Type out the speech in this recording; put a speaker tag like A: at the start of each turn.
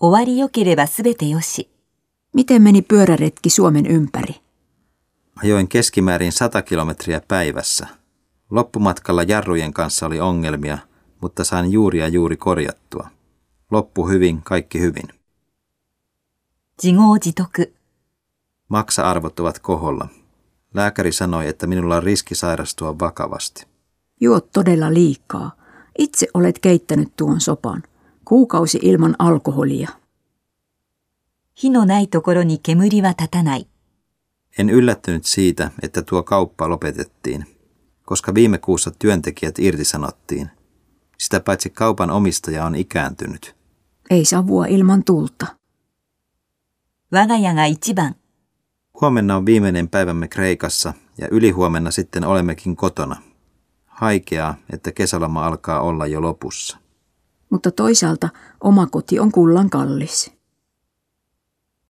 A: 終わりよければすべてよし。
B: Miten meni pyöräretki Suomen ympäri?
C: Ajoin keskimäärin 100 kilometriä päivässä. Loppumatkalla jarrujen kanssa oli ongelmia, mutta sain juuri ja juuri korjattua. Loppu hyvin, kaikki hyvin.
A: 自業自得。
C: Maksa-arvot ovat koholla. Lääkäri sanoi, että minulla on riski sairastua vakavasti.
B: Juot todella liikaa. Itse olet keittänyt tuon sopan. Kuukausi ilman alkoholia.
A: 火のないところに煙は立たない。
C: En yllättynyt siitä, että tuo kauppa lopetettiin, koska viime kuussa työntekijät irtisanottiin. Sitä paitsi kaupan omistaja on ikääntynyt.
B: Ei savua ilman tulta.
A: 我が家が一番。
C: Huomenna on viimeinen päivämme Kreikassa ja ylihuomenna sitten olemmekin kotona. Haikeaa, että kesäloma alkaa olla jo lopussa.
B: Mutta toisaalta oma koti on kullan kallis.